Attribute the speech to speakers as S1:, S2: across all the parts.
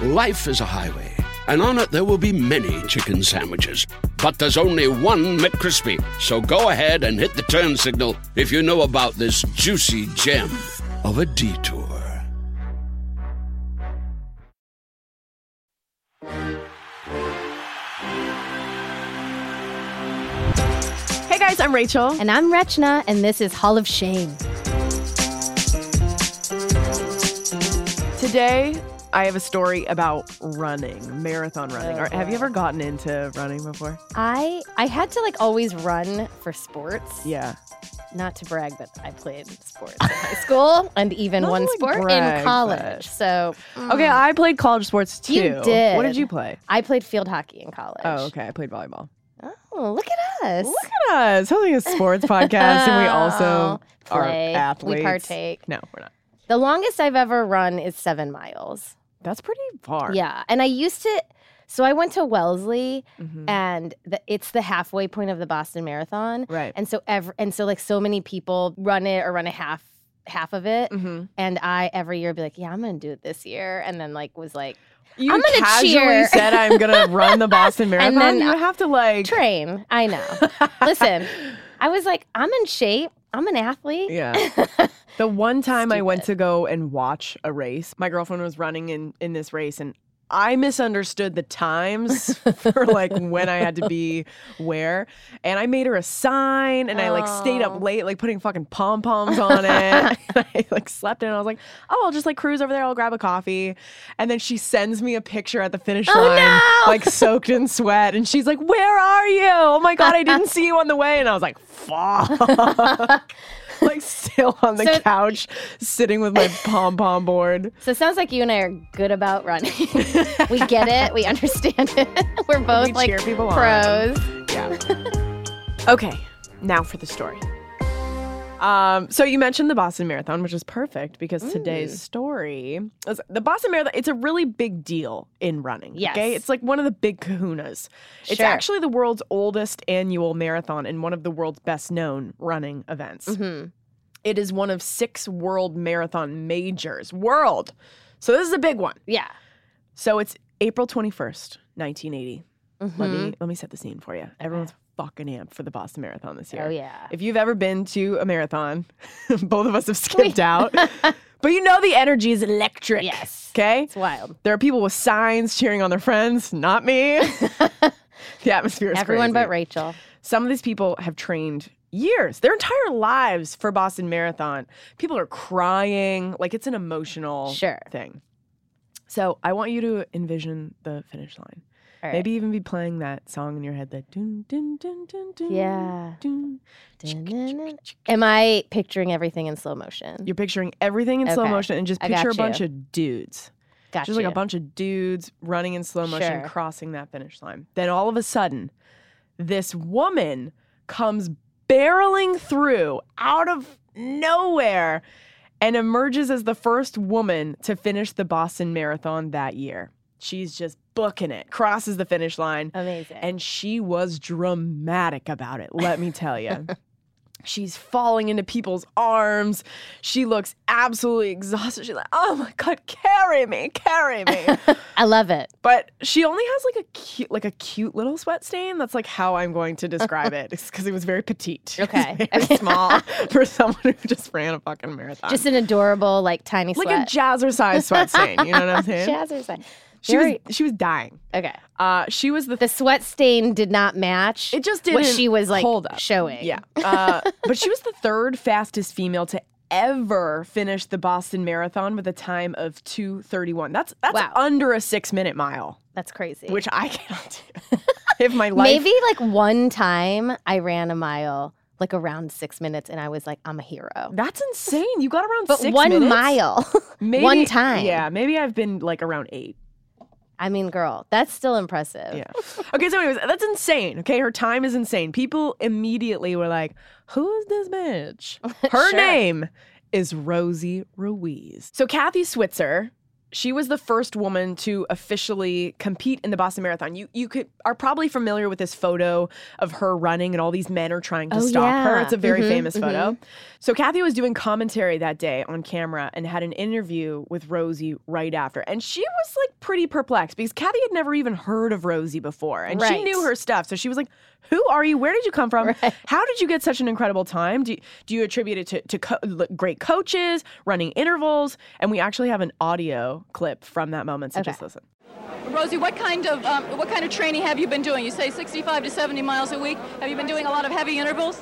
S1: Life is a highway, and on it there will be many chicken sandwiches. But there's only one McCrispy. So go ahead and hit the turn signal if you know about this juicy gem of a detour.
S2: Hey guys, I'm Rachel.
S3: And I'm Rechna, and this is Hall of Shame.
S2: Today, I have a story about running, marathon running.
S3: Oh,
S2: Are- have you
S3: boy.
S2: ever gotten into running before?
S3: I I had to like always run for sports.
S2: Yeah.
S3: Not to brag, but I played sports in high school and even
S2: Not
S3: one
S2: to, like,
S3: sport
S2: brag,
S3: in college.
S2: but-
S3: So mm.
S2: Okay, I played college sports too.
S3: You
S2: What did
S3: did.
S2: you play?
S3: I played field hockey in college.
S2: Oh, okay. I played volleyball.
S3: Oh, look at us.
S2: Look at us. Only a sports podcast, and we also
S3: Oh, play.
S2: are athletes.
S3: We partake.
S2: No, we're not.
S3: The longest I've ever run is seven miles.
S2: That's pretty far.
S3: Yeah, and I used to. So I went to Wellesley,
S2: Mhm.
S3: and the, it's the halfway point of the Boston Marathon.
S2: Right.
S3: and so every and so like so many people run it or run a half half of it
S2: hmm
S3: and i every year be like yeah i'm gonna do it this year and then like was like
S2: You
S3: I'm gonna
S2: casually
S3: cheer.
S2: said I'm gonna run the Boston Marathon.
S3: And then
S2: you have to like
S3: train i know listen i was like i'm in shape i'm an athlete
S2: Yeah. The one time I went to
S3: Stupid.
S2: go and watch a race, my girlfriend was running in in this race and I misunderstood the times for like when I had to be where. And I made her a sign and I like stayed
S3: Oh.
S2: up late, like putting fucking pom poms on it. And I like slept in. I was like, oh, I'll just like cruise over there. I'll grab a coffee. And then she sends me a picture at the finish
S3: Oh,
S2: line,
S3: no!
S2: like soaked in sweat. And she's like, where are you? Oh my God, I didn't see you on the way. And I was like, fuck. like still on the
S3: So-
S2: couch, sitting with my pom pom board.
S3: so it sounds like you and i are good about running we get it we understand it we're both
S2: We
S3: like
S2: cheer people on.
S3: pros
S2: Yeah. okay, now for the story. Um, so you mentioned the Boston Marathon, which is perfect because today's story is the Boston Marathon. It's a really big deal in running.
S3: Yes.
S2: Okay, it's like one of the big Kahunas. It's
S3: Sure.
S2: actually the world's oldest annual marathon and one of the world's best known running events.
S3: Mhm.
S2: It is one of six world marathon majors. World. So this is a big one.
S3: yeah
S2: So it's April twenty first, nineteen eighty. Let
S3: Mhm.
S2: me let me set the scene for you. Everyone's fucking amped for the Boston Marathon this year.
S3: oh yeah
S2: If you've ever been to a marathon, both of us have skipped out. but you know the energy is electric.
S3: yes
S2: Okay?
S3: it's wild
S2: There are people with signs cheering on their friends, not me. the atmosphere is
S3: everyone
S2: crazy.
S3: but rachel
S2: Some of these people have trained years, their entire lives for Boston Marathon. People are crying, like it's an emotional
S3: Sure.
S2: thing. So, I want you to envision the finish line.
S3: All right.
S2: Maybe even be playing that song in your head, that dun dun dun dun dun.
S3: Yeah.
S2: Dun.
S3: Dun-dun-dun. Am I picturing everything in slow motion?
S2: You're picturing everything in slow
S3: Okay.
S2: motion and just
S3: I got
S2: picture a bunch
S3: you.
S2: of dudes.
S3: Gotcha.
S2: Just like a bunch of dudes running in slow motion,
S3: Sure.
S2: crossing that finish line. Then all of a sudden, this woman comes barreling through out of nowhere and emerges as the first woman to finish the Boston Marathon that year. She's just booking it, crosses the finish line.
S3: Amazing.
S2: And she was dramatic about it, let me tell you. She's falling into people's arms. She looks absolutely exhausted. She's like, "Oh my god, carry me, carry me!"
S3: I love it.
S2: but she only has like a cute, like a cute little sweat stain. That's like how I'm going to describe it. It's because it was very petite, It was
S3: Okay.
S2: very small for someone who just ran a fucking marathon.
S3: Just an adorable, like tiny
S2: like
S3: sweat.
S2: a jazzercise sweat stain. You know what I'm saying?
S3: Jazzercise.
S2: she was
S3: Very-
S2: she was dying.
S3: Okay.
S2: Uh, she was the
S3: The sweat stain did not match.
S2: It just
S3: what
S2: didn't
S3: she was like
S2: hold up.
S3: showing.
S2: Yeah. Uh, but she was the third fastest female to ever finish the Boston Marathon with a time of 231. That's that's
S3: Wow.
S2: under a 6-minute mile,
S3: that's crazy.
S2: which I cannot do. if my life
S3: maybe like one time I ran a mile like around six minutes, and I was like, I'm a hero.
S2: That's insane. You got around
S3: But
S2: 6
S3: one
S2: minutes?
S3: mile,
S2: Maybe-
S3: one time.
S2: Yeah, maybe I've been like around 8.
S3: I mean, girl, that's still impressive.
S2: Yeah. Okay, so anyways, that's insane. Okay, her time is insane. People immediately were like, "Who is this bitch?" Her
S3: Sure.
S2: name is Rosie Ruiz. So Kathy Switzer she was the first woman to officially compete in the Boston Marathon. You you could are probably familiar with this photo of her running and all these men are trying to
S3: Oh,
S2: stop her.
S3: yeah.
S2: It's a very
S3: Mhm,
S2: famous photo. So Kathy was doing commentary that day on camera and had an interview with Rosie right after. And she was like pretty perplexed because Kathy had never even heard of Rosie before and she
S3: Right.
S2: knew her stuff. So she was like, "Who are you? Where did you come from?
S3: Right.
S2: How did you get such an incredible time? Do you, do you attribute it to, to co- l- great coaches, running intervals? And we actually have an audio clip from that moment, so
S3: Okay.
S2: just listen.
S4: Rosie, what kind of um, what kind of training have you been doing? You say 65 to 70 miles a week. Have you been doing a lot of heavy intervals?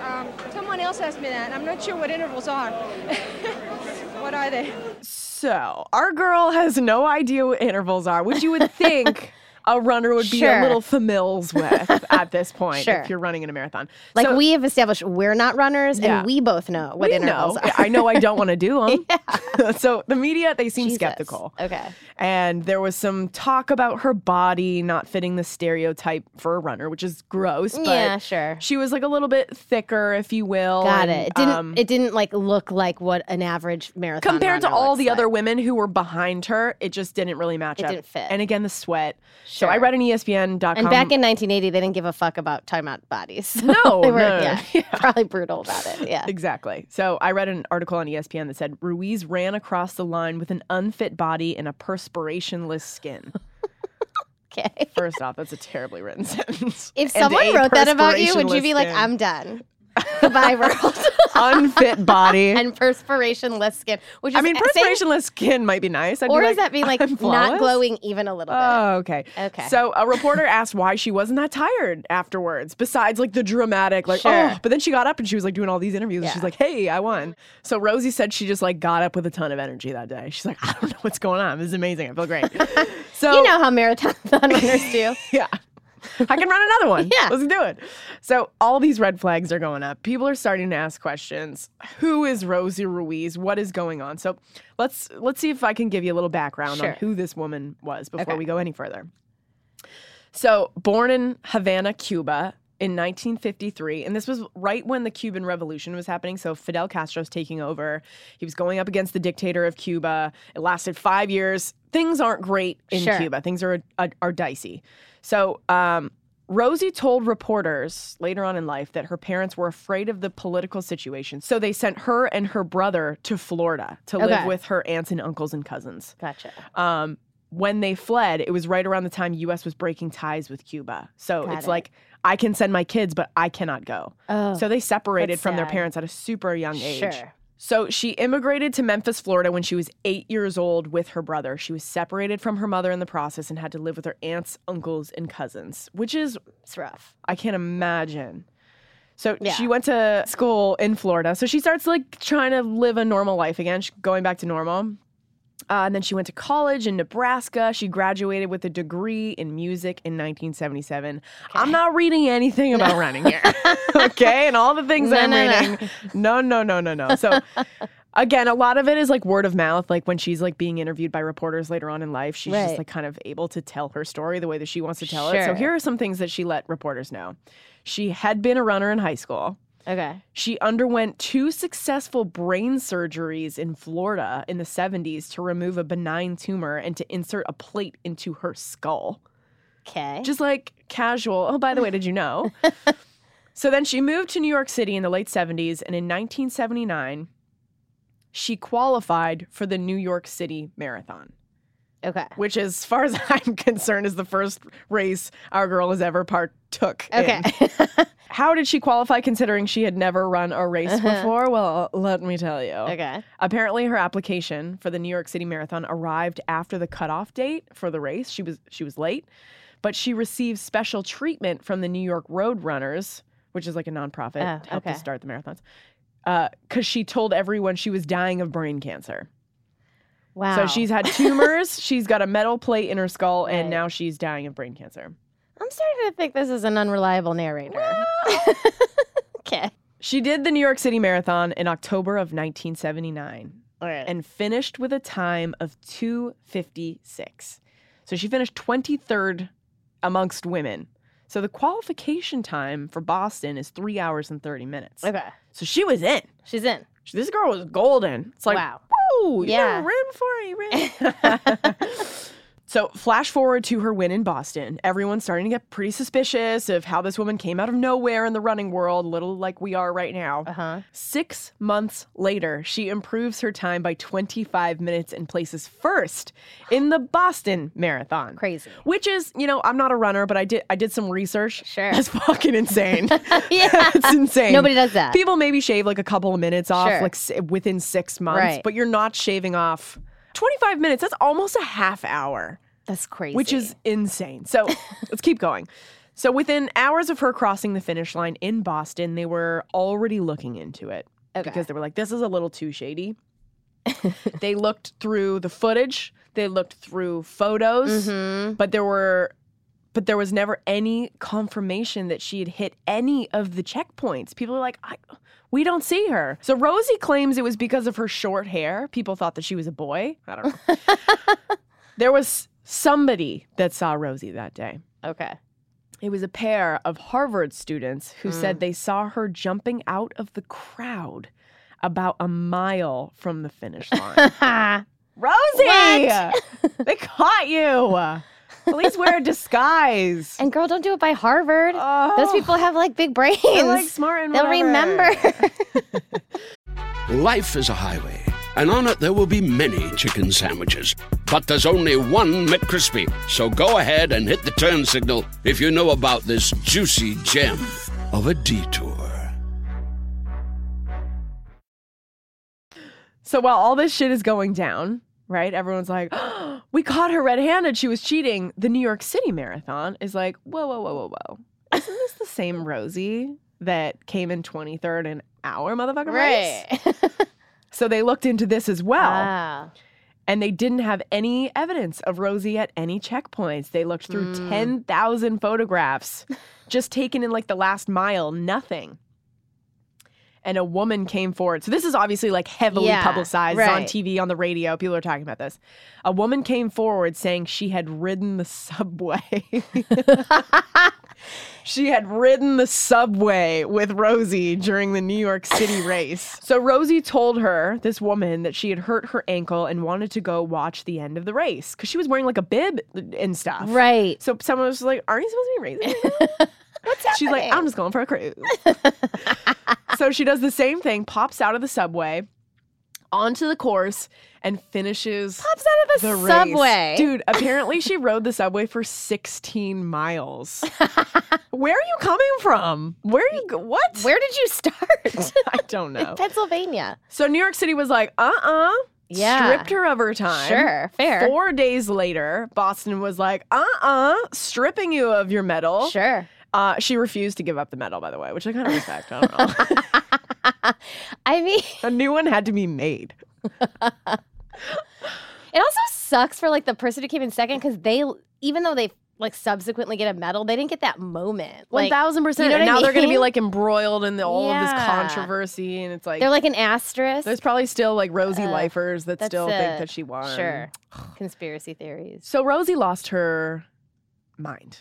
S5: Um, someone else asked me that, and I'm not sure what intervals are. what are they?
S2: So our girl has no idea what intervals are, which you would think a runner would be a
S3: Sure.
S2: little familiar with at this point
S3: Sure.
S2: if you're running in a marathon.
S3: Like
S2: So-
S3: we have established we're not runners
S2: Yeah.
S3: and we both know what
S2: we
S3: intervals
S2: know.
S3: are.
S2: I know I don't want to do them. so the media, they seem
S3: Jesus.
S2: skeptical.
S3: Okay.
S2: And there was some talk about her body not fitting the stereotype for a runner, which is gross. But
S3: Yeah, sure.
S2: She was like a little bit thicker, if you will. and,
S3: Got it. It didn't
S2: um,
S3: it didn't like look like what an average marathon
S2: compared to
S3: runner
S2: all
S3: looks
S2: the
S3: like.
S2: other women who were behind her, it just didn't really match
S3: It
S2: up.
S3: didn't fit.
S2: And again, the sweat. So
S3: Sure.
S2: I read an E ESPN.com.
S3: And back in 1980 they didn't give a fuck about talking about bodies. So
S2: No,
S3: they were
S2: no,
S3: yeah, probably brutal about it. Yeah.
S2: Exactly. So I read an article on E ESPN that said Ruiz ran across the line with an unfit body and a perspirationless skin.
S3: Okay.
S2: First off, that's a terribly written sentence.
S3: If
S2: And
S3: someone
S2: a
S3: wrote that about you, would you be like,
S2: perspirationless
S3: I'm done? Goodbye, world.
S2: skin. unfit body?
S3: and perspirationless skin. Which is
S2: I mean,
S3: a- saying-
S2: perspirationless skin might be nice. I'd be
S3: or
S2: like,
S3: does that mean like
S2: "I'm
S3: not
S2: flawless?"
S3: glowing even a little bit?
S2: Oh, okay.
S3: Okay.
S2: So a reporter asked why she wasn't that tired afterwards, besides like the dramatic, like,
S3: Sure.
S2: oh, but then she got up and she was like doing all these interviews. And she's
S3: Yeah.
S2: like, hey, I won. So Rosie said she just like got up with a ton of energy that day. She's like, I don't know what's going on. This is amazing. I feel great. So,
S3: you know how marathon runners do.
S2: yeah. I can run another one.
S3: Yeah.
S2: Let's do it. So, all these red flags are going up. People are starting to ask questions. Who is Rosie Ruiz? What is going on? So, let's let's see if I can give you a little background on
S3: Sure.
S2: who this woman was before
S3: Okay.
S2: we go any further. So, born in Havana, Cuba in 1953, and this was right when the Cuban Revolution was happening. So, Fidel Castro's taking over. He was going up against the dictator of Cuba. It lasted 5 years. Things aren't great in
S3: Sure.
S2: Cuba. Things are are, are dicey. So, um, Rosie told reporters later on in life that her parents were afraid of the political situation. So they sent her and her brother to Florida to live
S3: Okay.
S2: with her aunts and uncles and cousins.
S3: Gotcha.
S2: Um, when they fled, it was right around the time US was breaking ties with Cuba. So
S3: Got
S2: it's
S3: it.
S2: like, I can send my kids, but I cannot go.
S3: Oh,
S2: so they separated
S3: that's
S2: from their
S3: sad.
S2: parents at a super young age.
S3: sure.
S2: So she immigrated to Memphis, Florida when she was eight years old with her brother. She was separated from her mother in the process and had to live with her aunts, uncles, and cousins, which is,
S3: It's rough.
S2: I can't imagine. So
S3: Yeah.
S2: she went to school in Florida. So she starts like trying to live a normal life again, She's going back to normal. Uh, and then she went to college in Nebraska. She graduated with a degree in music in 1977. I'm not reading anything about running here. okay. And all the things
S3: No,
S2: I'm
S3: no, no.
S2: reading. No, no, no, no, no. So, again, a lot of it is like word of mouth. Like when she's like being interviewed by reporters later on in life, she's just
S3: Right.
S2: like kind of able to tell her story the way that she wants to tell it. So,
S3: Sure.
S2: here are some things that she let reporters know. She had been a runner in high school.
S3: Okay.
S2: She underwent two successful brain surgeries in Florida in the 70s to remove a benign tumor and to insert a plate into her skull.
S3: Okay.
S2: Just like casual. Oh, by the way, did you know? so then she moved to New York City in the late 70s, and in 1979, she qualified for the New York City Marathon,
S3: okay.
S2: which, as far as I'm concerned, is the first race our girl has ever partook in.
S3: Okay.
S2: How did she qualify considering she had never run a race
S3: Uh-huh.
S2: before? Well, let me tell you.
S3: okay.
S2: Apparently, her application for the New York City Marathon arrived after the cutoff date for the race. She was she was late, but she received special treatment from the New York Road Runners, which is like a nonprofit
S3: Oh,
S2: to help to
S3: okay.
S2: start the marathons. Because she told everyone she was dying of brain cancer.
S3: Wow.
S2: So she's had tumors, she's got a metal plate in her skull, and
S3: Right.
S2: now she's dying of brain cancer.
S3: I'm starting to think this is an unreliable narrator. okay.
S2: She did the New York City Marathon in October of 1979.
S3: All right.
S2: and finished with a time of 256. So she finished 23rd amongst women. So the qualification time for Boston is three hours and 30 minutes.
S3: okay.
S2: So she was in.
S3: She's in.
S2: She- This girl was golden. It's like,
S3: wow.
S2: Woo!
S3: Yeah.
S2: You ran before I ran. So, flash forward to her win in Boston. Everyone's starting to get pretty suspicious of how this woman came out of nowhere in the running world, little like we are right now.
S3: Uh-huh.
S2: Six months later, she improves her time by 25 minutes and places first in the Boston Marathon.
S3: Crazy.
S2: Which is, you know, I'm not a runner, but I did I did some research.
S3: Sure.
S2: That's fucking insane.
S3: Yeah.
S2: That's insane.
S3: Nobody does that.
S2: People maybe shave like a couple of minutes off,
S3: Sure.
S2: like s- within six months,
S3: Right.
S2: but you're not shaving off 25 minutes. That's almost a half hour,
S3: That's crazy.
S2: which is insane. So let's keep going. So within hours of her crossing the finish line in Boston, they were already looking into it
S3: Okay.
S2: because they were like, this is a little too shady. they looked through the footage, they looked through photos
S3: Mhm.
S2: but there were but there was never any confirmation that she had hit any of the checkpoints people were like I, we don't see her so rosie claims it was because of her short hair people thought that she was a boy i don't know there was somebody that saw rosie that day
S3: Okay.
S2: it was a pair of harvard students who said they saw her jumping out of the crowd about a mile from the finish line Rosie, they caught you. At least wear a disguise.
S3: and girl, don't do it by Harvard.
S2: oh,
S3: Those people have like big brains.
S2: are like smart and
S3: They'll
S2: whatever.
S3: remember.
S1: Life is a highway, and on it there will be many chicken sandwiches. But there's only one McCrispy. So go ahead and hit the turn signal if you know about this juicy gem of a detour.
S2: So while all this shit is going down, right? Everyone's like, "Oh, "We caught her red-handed. She was cheating." The New York City Marathon is like, "Whoa, whoa, whoa, whoa, whoa! Isn't this the same Rosie that came in 23rd in our motherfucking race?" So they looked into this as well.
S3: wow.
S2: and they didn't have any evidence of Rosie at any checkpoints. They looked through
S3: Mm.
S2: 10,000 photographs, just taken in like the last mile, nothing. And a woman came forward. So this is obviously like heavily
S3: Yeah,
S2: publicized It's on
S3: right.
S2: TV, on the radio. People are talking about this. A woman came forward saying she had ridden the subway. she had ridden the subway with Rosie during the New York City race. So Rosie told her, this woman, that she had hurt her ankle and wanted to go watch the end of the race because she was wearing like a bib and stuff.
S3: Right.
S2: So someone was like, "Aren't you supposed to be racing?" right now?" She's like, "I'm just going for a cruise." so she does the same thing, pops out of the subway, onto the course, and finishes
S3: Pops out of the,
S2: the race.
S3: subway.
S2: Dude, apparently she rode the subway for 16 miles. Where are you coming from? Where are you? go- What?
S3: Where did you start?
S2: I don't know.
S3: Pennsylvania.
S2: So New York City was like, "Uh, uh
S3: Yeah.
S2: stripped her of her time.
S3: Sure. Fair.
S2: Four days later, Boston was like, uh uh stripping you of your medal.
S3: Sure.
S2: Uh, she refused to give up the medal, by the way, which I kind of respect. I don't know.
S3: I mean,
S2: a new one had to be made.
S3: It also sucks for like the person who came in second because they, even though they like subsequently get a medal, they didn't get that moment. Like,
S2: 1000%.
S3: you know
S2: and now
S3: what I
S2: they're going to be
S3: mean?
S2: like embroiled in the, all of this
S3: Yeah.
S2: controversy. And it's like,
S3: they're like an asterisk.
S2: there's probably still like Rosie
S3: Uh,
S2: lifers that
S3: that's
S2: still think
S3: it.
S2: that she won.
S3: Sure. Conspiracy theories.
S2: So Rosie lost her mind.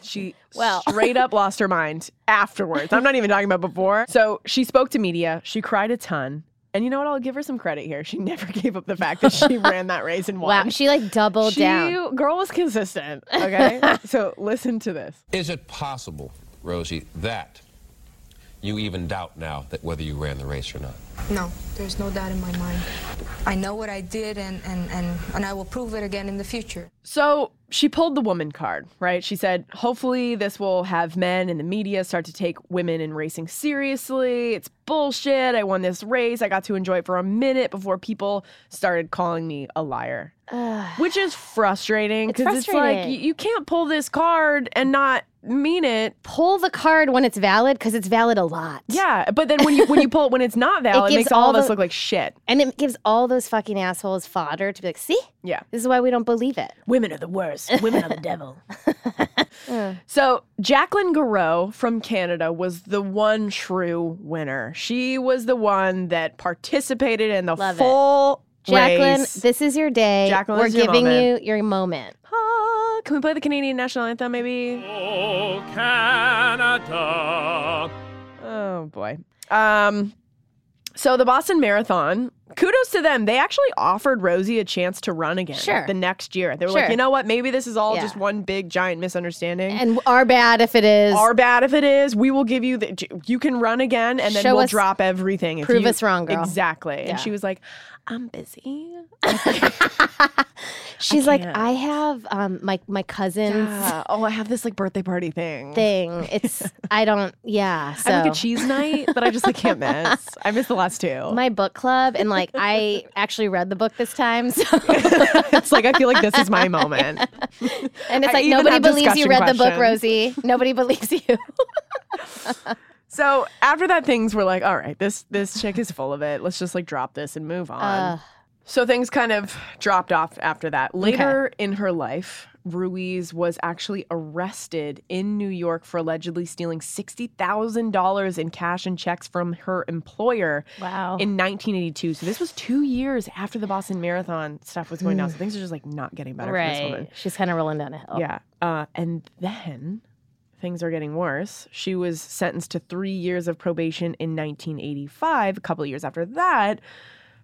S2: She
S3: Well.
S2: straight up lost her mind afterwards. I'm not even talking about before. So she spoke to media. She cried a ton. And you know what? I'll give her some credit here. She never gave up the fact that she ran that race and won.
S3: Wow. She like doubled
S2: she,
S3: down.
S2: Girl was consistent. Okay. so listen to this.
S6: Is it possible, Rosie, that you even doubt now that whether you ran the race or not?
S7: No, there's no doubt in my mind. I know what I did, and, and, and, and I will prove it again in the future.
S2: So she pulled the woman card, right? She said, hopefully, this will have men in the media start to take women in racing seriously. It's bullshit. I won this race. I got to enjoy it for a minute before people started calling me a liar, which is frustrating
S3: It's
S2: because it's, like y-
S3: frustrating.
S2: you can't pull this card and not mean it.
S3: Pull the card when it's valid because it's valid a lot.
S2: Yeah, but then when you when you pull it when it's not valid, it,
S3: gives
S2: makes all,
S3: all
S2: of us
S3: the-
S2: look like shit.
S3: And it gives all those fucking assholes fodder to be like, see,
S2: Yeah.
S3: this is why we don't believe it.
S2: Women are the worst. Women are the devil. so, Jacqueline Garreau from Canada was the one true winner. She was the one that participated in the
S3: Love it.
S2: full
S3: Jacqueline,
S2: race.
S3: this is your day.
S2: Jacqueline,
S3: We're
S2: this is your
S3: giving
S2: moment.
S3: you your moment.
S2: Ah, can we play the Canadian national anthem maybe?
S8: Oh, Canada.
S2: Oh boy. Um so the Boston Marathon kudos to them. They actually offered Rosie a chance to run again
S3: Sure.
S2: the next year. They were
S3: Sure.
S2: like, you know what? Maybe this is all
S3: Yeah.
S2: just one big giant misunderstanding.
S3: And are bad if it is.
S2: are bad if it is. We will give you the. You can run again, and then
S3: Show
S2: we'll
S3: us-
S2: drop everything. If
S3: prove
S2: you-
S3: us wrong, girl.
S2: Exactly.
S3: Yeah.
S2: And she was like, "I'm busy."
S3: She's like,
S2: can't.
S3: I have um my my cousin's
S2: Yeah. oh, I have this like birthday party thing.
S3: thing. It's I don't. Yeah. So
S2: I have like a cheese night that I just like can't miss. I missed the last two.
S3: my book club, and like I actually read the book this time. So
S2: it's like I feel like this is my moment.
S3: and it's
S2: I
S3: like
S2: even
S3: nobody
S2: have
S3: believes you
S2: discussion
S3: read the book,
S2: questions.
S3: Rosie. Nobody believes you.
S2: So after that, things were like, all right, this this chick is full of it. Let's just like drop this and move on.
S3: Uh.
S2: so things kind of dropped off after that. Later in her life, Ruiz was actually arrested in New York for allegedly stealing sixty thousand dollars in cash and checks from her employer.
S3: Wow.
S2: In 1982, so this was two years after the Boston Marathon stuff was going down. So things are just like not getting better for this woman.
S3: Mm. Right. She's kind of rolling down a hill.
S2: Yeah. Uh, and then things are getting worse. She was sentenced to three years of probation in 1985, a couple of years after that,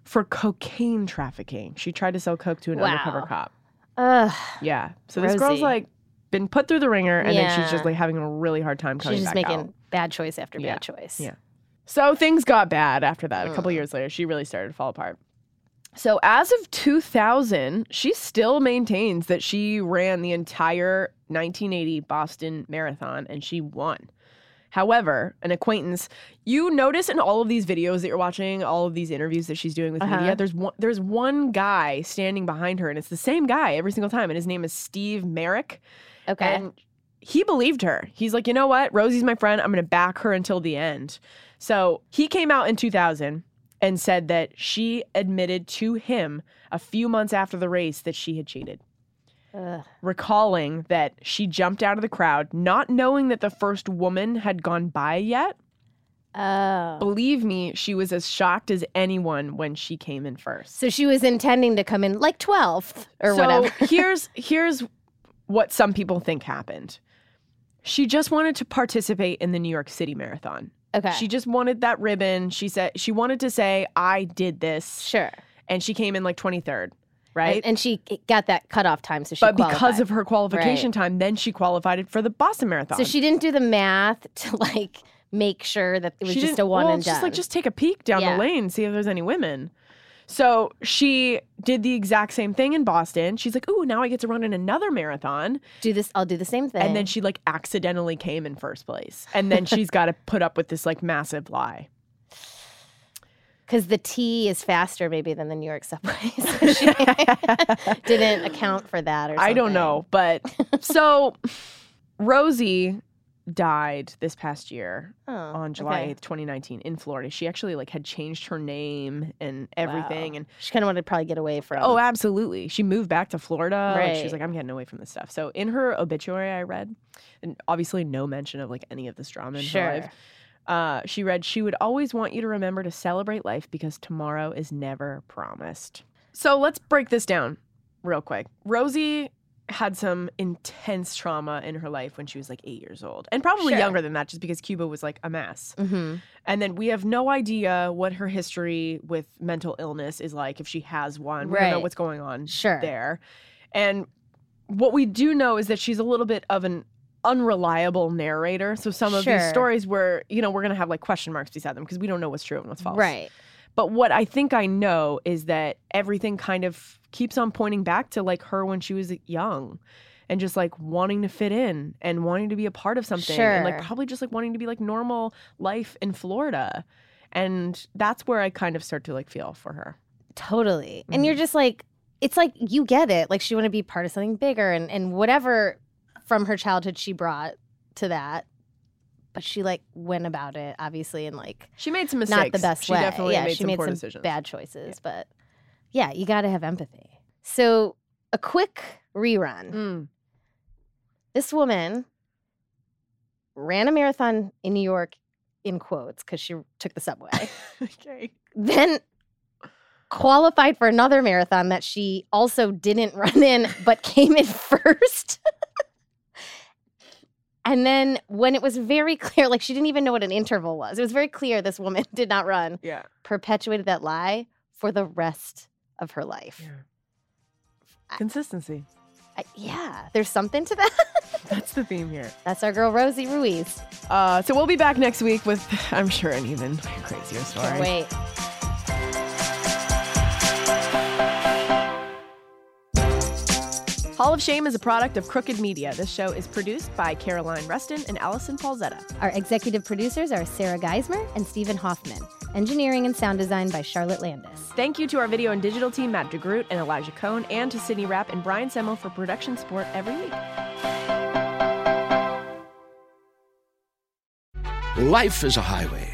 S2: for cocaine trafficking. She tried to sell coke to an
S3: Wow.
S2: undercover cop.
S3: Ugh.
S2: Yeah. So this girl's
S3: Rosie.
S2: like been put through the ringer, and then she's
S3: Yeah.
S2: just like having a really hard time coming
S3: She's just
S2: back
S3: making
S2: out.
S3: bad choice after
S2: Yeah.
S3: bad choice.
S2: Yeah. So things got bad after that. A couple years later, she really started to fall apart. So as of 2000, she still maintains that she ran the entire 1980 Boston Marathon and she won. However, an acquaintance, you notice in all of these videos that you're watching, all of these interviews that she's doing with
S3: Uh-huh.
S2: media, there's one there's one guy standing behind her and it's the same guy every single time and his name is Steve Merrick.
S3: Okay.
S2: And he believed her. He's like, you know what? Rosie's my friend. I'm going to back her until the end. So he came out in 2000 and said that she admitted to him a few months after the race that she had cheated.
S3: Ugh.
S2: Recalling that she jumped out of the crowd, not knowing that the first woman had gone by yet.
S3: Oh.
S2: Believe me, she was as shocked as anyone when she came in first.
S3: So she was intending to come in like 12th or
S2: so
S3: whatever.
S2: here's here's what some people think happened. She just wanted to participate in the New York City Marathon.
S3: Okay.
S2: She just wanted that ribbon. She said she wanted to say I did this,
S3: sure.
S2: and she came in like 23rd,
S3: And-
S2: right?
S3: And, she got that cutoff time, so she
S2: but
S3: qualified.
S2: because of her qualification time, then she qualified for the Boston Marathon.
S3: So she didn't do the math to like make sure that it was
S2: She
S3: just a
S2: didn't-
S3: one
S2: well,
S3: and
S2: it's just like
S3: done.
S2: just take a peek down
S3: Yeah.
S2: the lane, see if there's any women. So she did the exact same thing in Boston. She's like, "Ooh, now I get to run in another marathon."
S3: do this. I'll do the same thing.
S2: And then she like accidentally came in first place. And then she's got to put up with this like massive lie.
S3: because the T is faster maybe than the New York subway, so she didn't account for that. Or something.
S2: I don't know, but so Rosie died this past year
S3: Oh,
S2: on July
S3: okay.
S2: 8th, 2019 in Florida. She actually like had changed her name and everything
S3: Wow.
S2: and
S3: she kind of wanted to probably get away from.
S2: oh, absolutely. She moved back to Florida. Like, she
S3: Right.
S2: was like I'm getting away from this stuff. So in her obituary I read and obviously no mention of like any of this drama in her life.
S3: sure.
S2: Uh, she read, She would always want you to remember to celebrate life because tomorrow is never promised. So let's break this down real quick. Rosie had some intense trauma in her life when she was like eight years old, and probably
S3: Sure.
S2: younger than that, just because Cuba was like a mess.
S3: Mm-hmm.
S2: And then we have no idea what her history with mental illness is like, if she has one. We don't know
S3: Right.
S2: what's going on
S3: Sure.
S2: there. And what we do know is that she's a little bit of an unreliable narrator. So some of these
S3: Sure.
S2: stories where, you know, we're going to have like question marks beside them because we don't know what's true and what's false.
S3: Right.
S2: But what I think I know is that everything kind of keeps on pointing back to like her when she was young and just like wanting to fit in and wanting to be a part of something and like
S3: Sure.
S2: probably just like wanting to be like normal life in Florida. And that's where I kind of start to like feel for her.
S3: Totally. And you're just like, it's like you get it. Like she wanted to be part of something bigger and, and whatever from her childhood she brought to that. But she like went about it, obviously, and like
S2: She made some mistakes.
S3: not the best
S2: she
S3: way.
S2: definitely
S3: yeah,
S2: made
S3: she
S2: some
S3: made
S2: poor
S3: some
S2: decisions.
S3: bad choices. But yeah, you got to have empathy. So a quick rerun.
S2: Mm.
S3: This woman ran a marathon in New York in quotes because she took the subway.
S2: okay.
S3: then qualified for another marathon that she also didn't run in but came in first. and then when it was very clear like she didn't even know what an interval was. It was very clear this woman did not run.
S2: Yeah.
S3: Perpetuated that lie for the rest of her life.
S2: Consistency.
S3: I- yeah, there's something to that.
S2: That's the theme here.
S3: That's our girl Rosie Ruiz.
S2: Uh, so we'll be back next week with, I'm sure, an even crazier story.
S3: Can't wait.
S2: Hall of Shame is a product of Crooked Media. This show is produced by Caroline Rustin and Allison Palzetta.
S3: Our executive producers are Sarah Geismer and Stephen Hoffman. Engineering and sound design by Charlotte Landis.
S2: Thank you to our video and digital team, Matt DeGroot and Elijah Cohn, and to Sydney Rapp and Brian Semmel for production support every week.
S1: Life is a highway,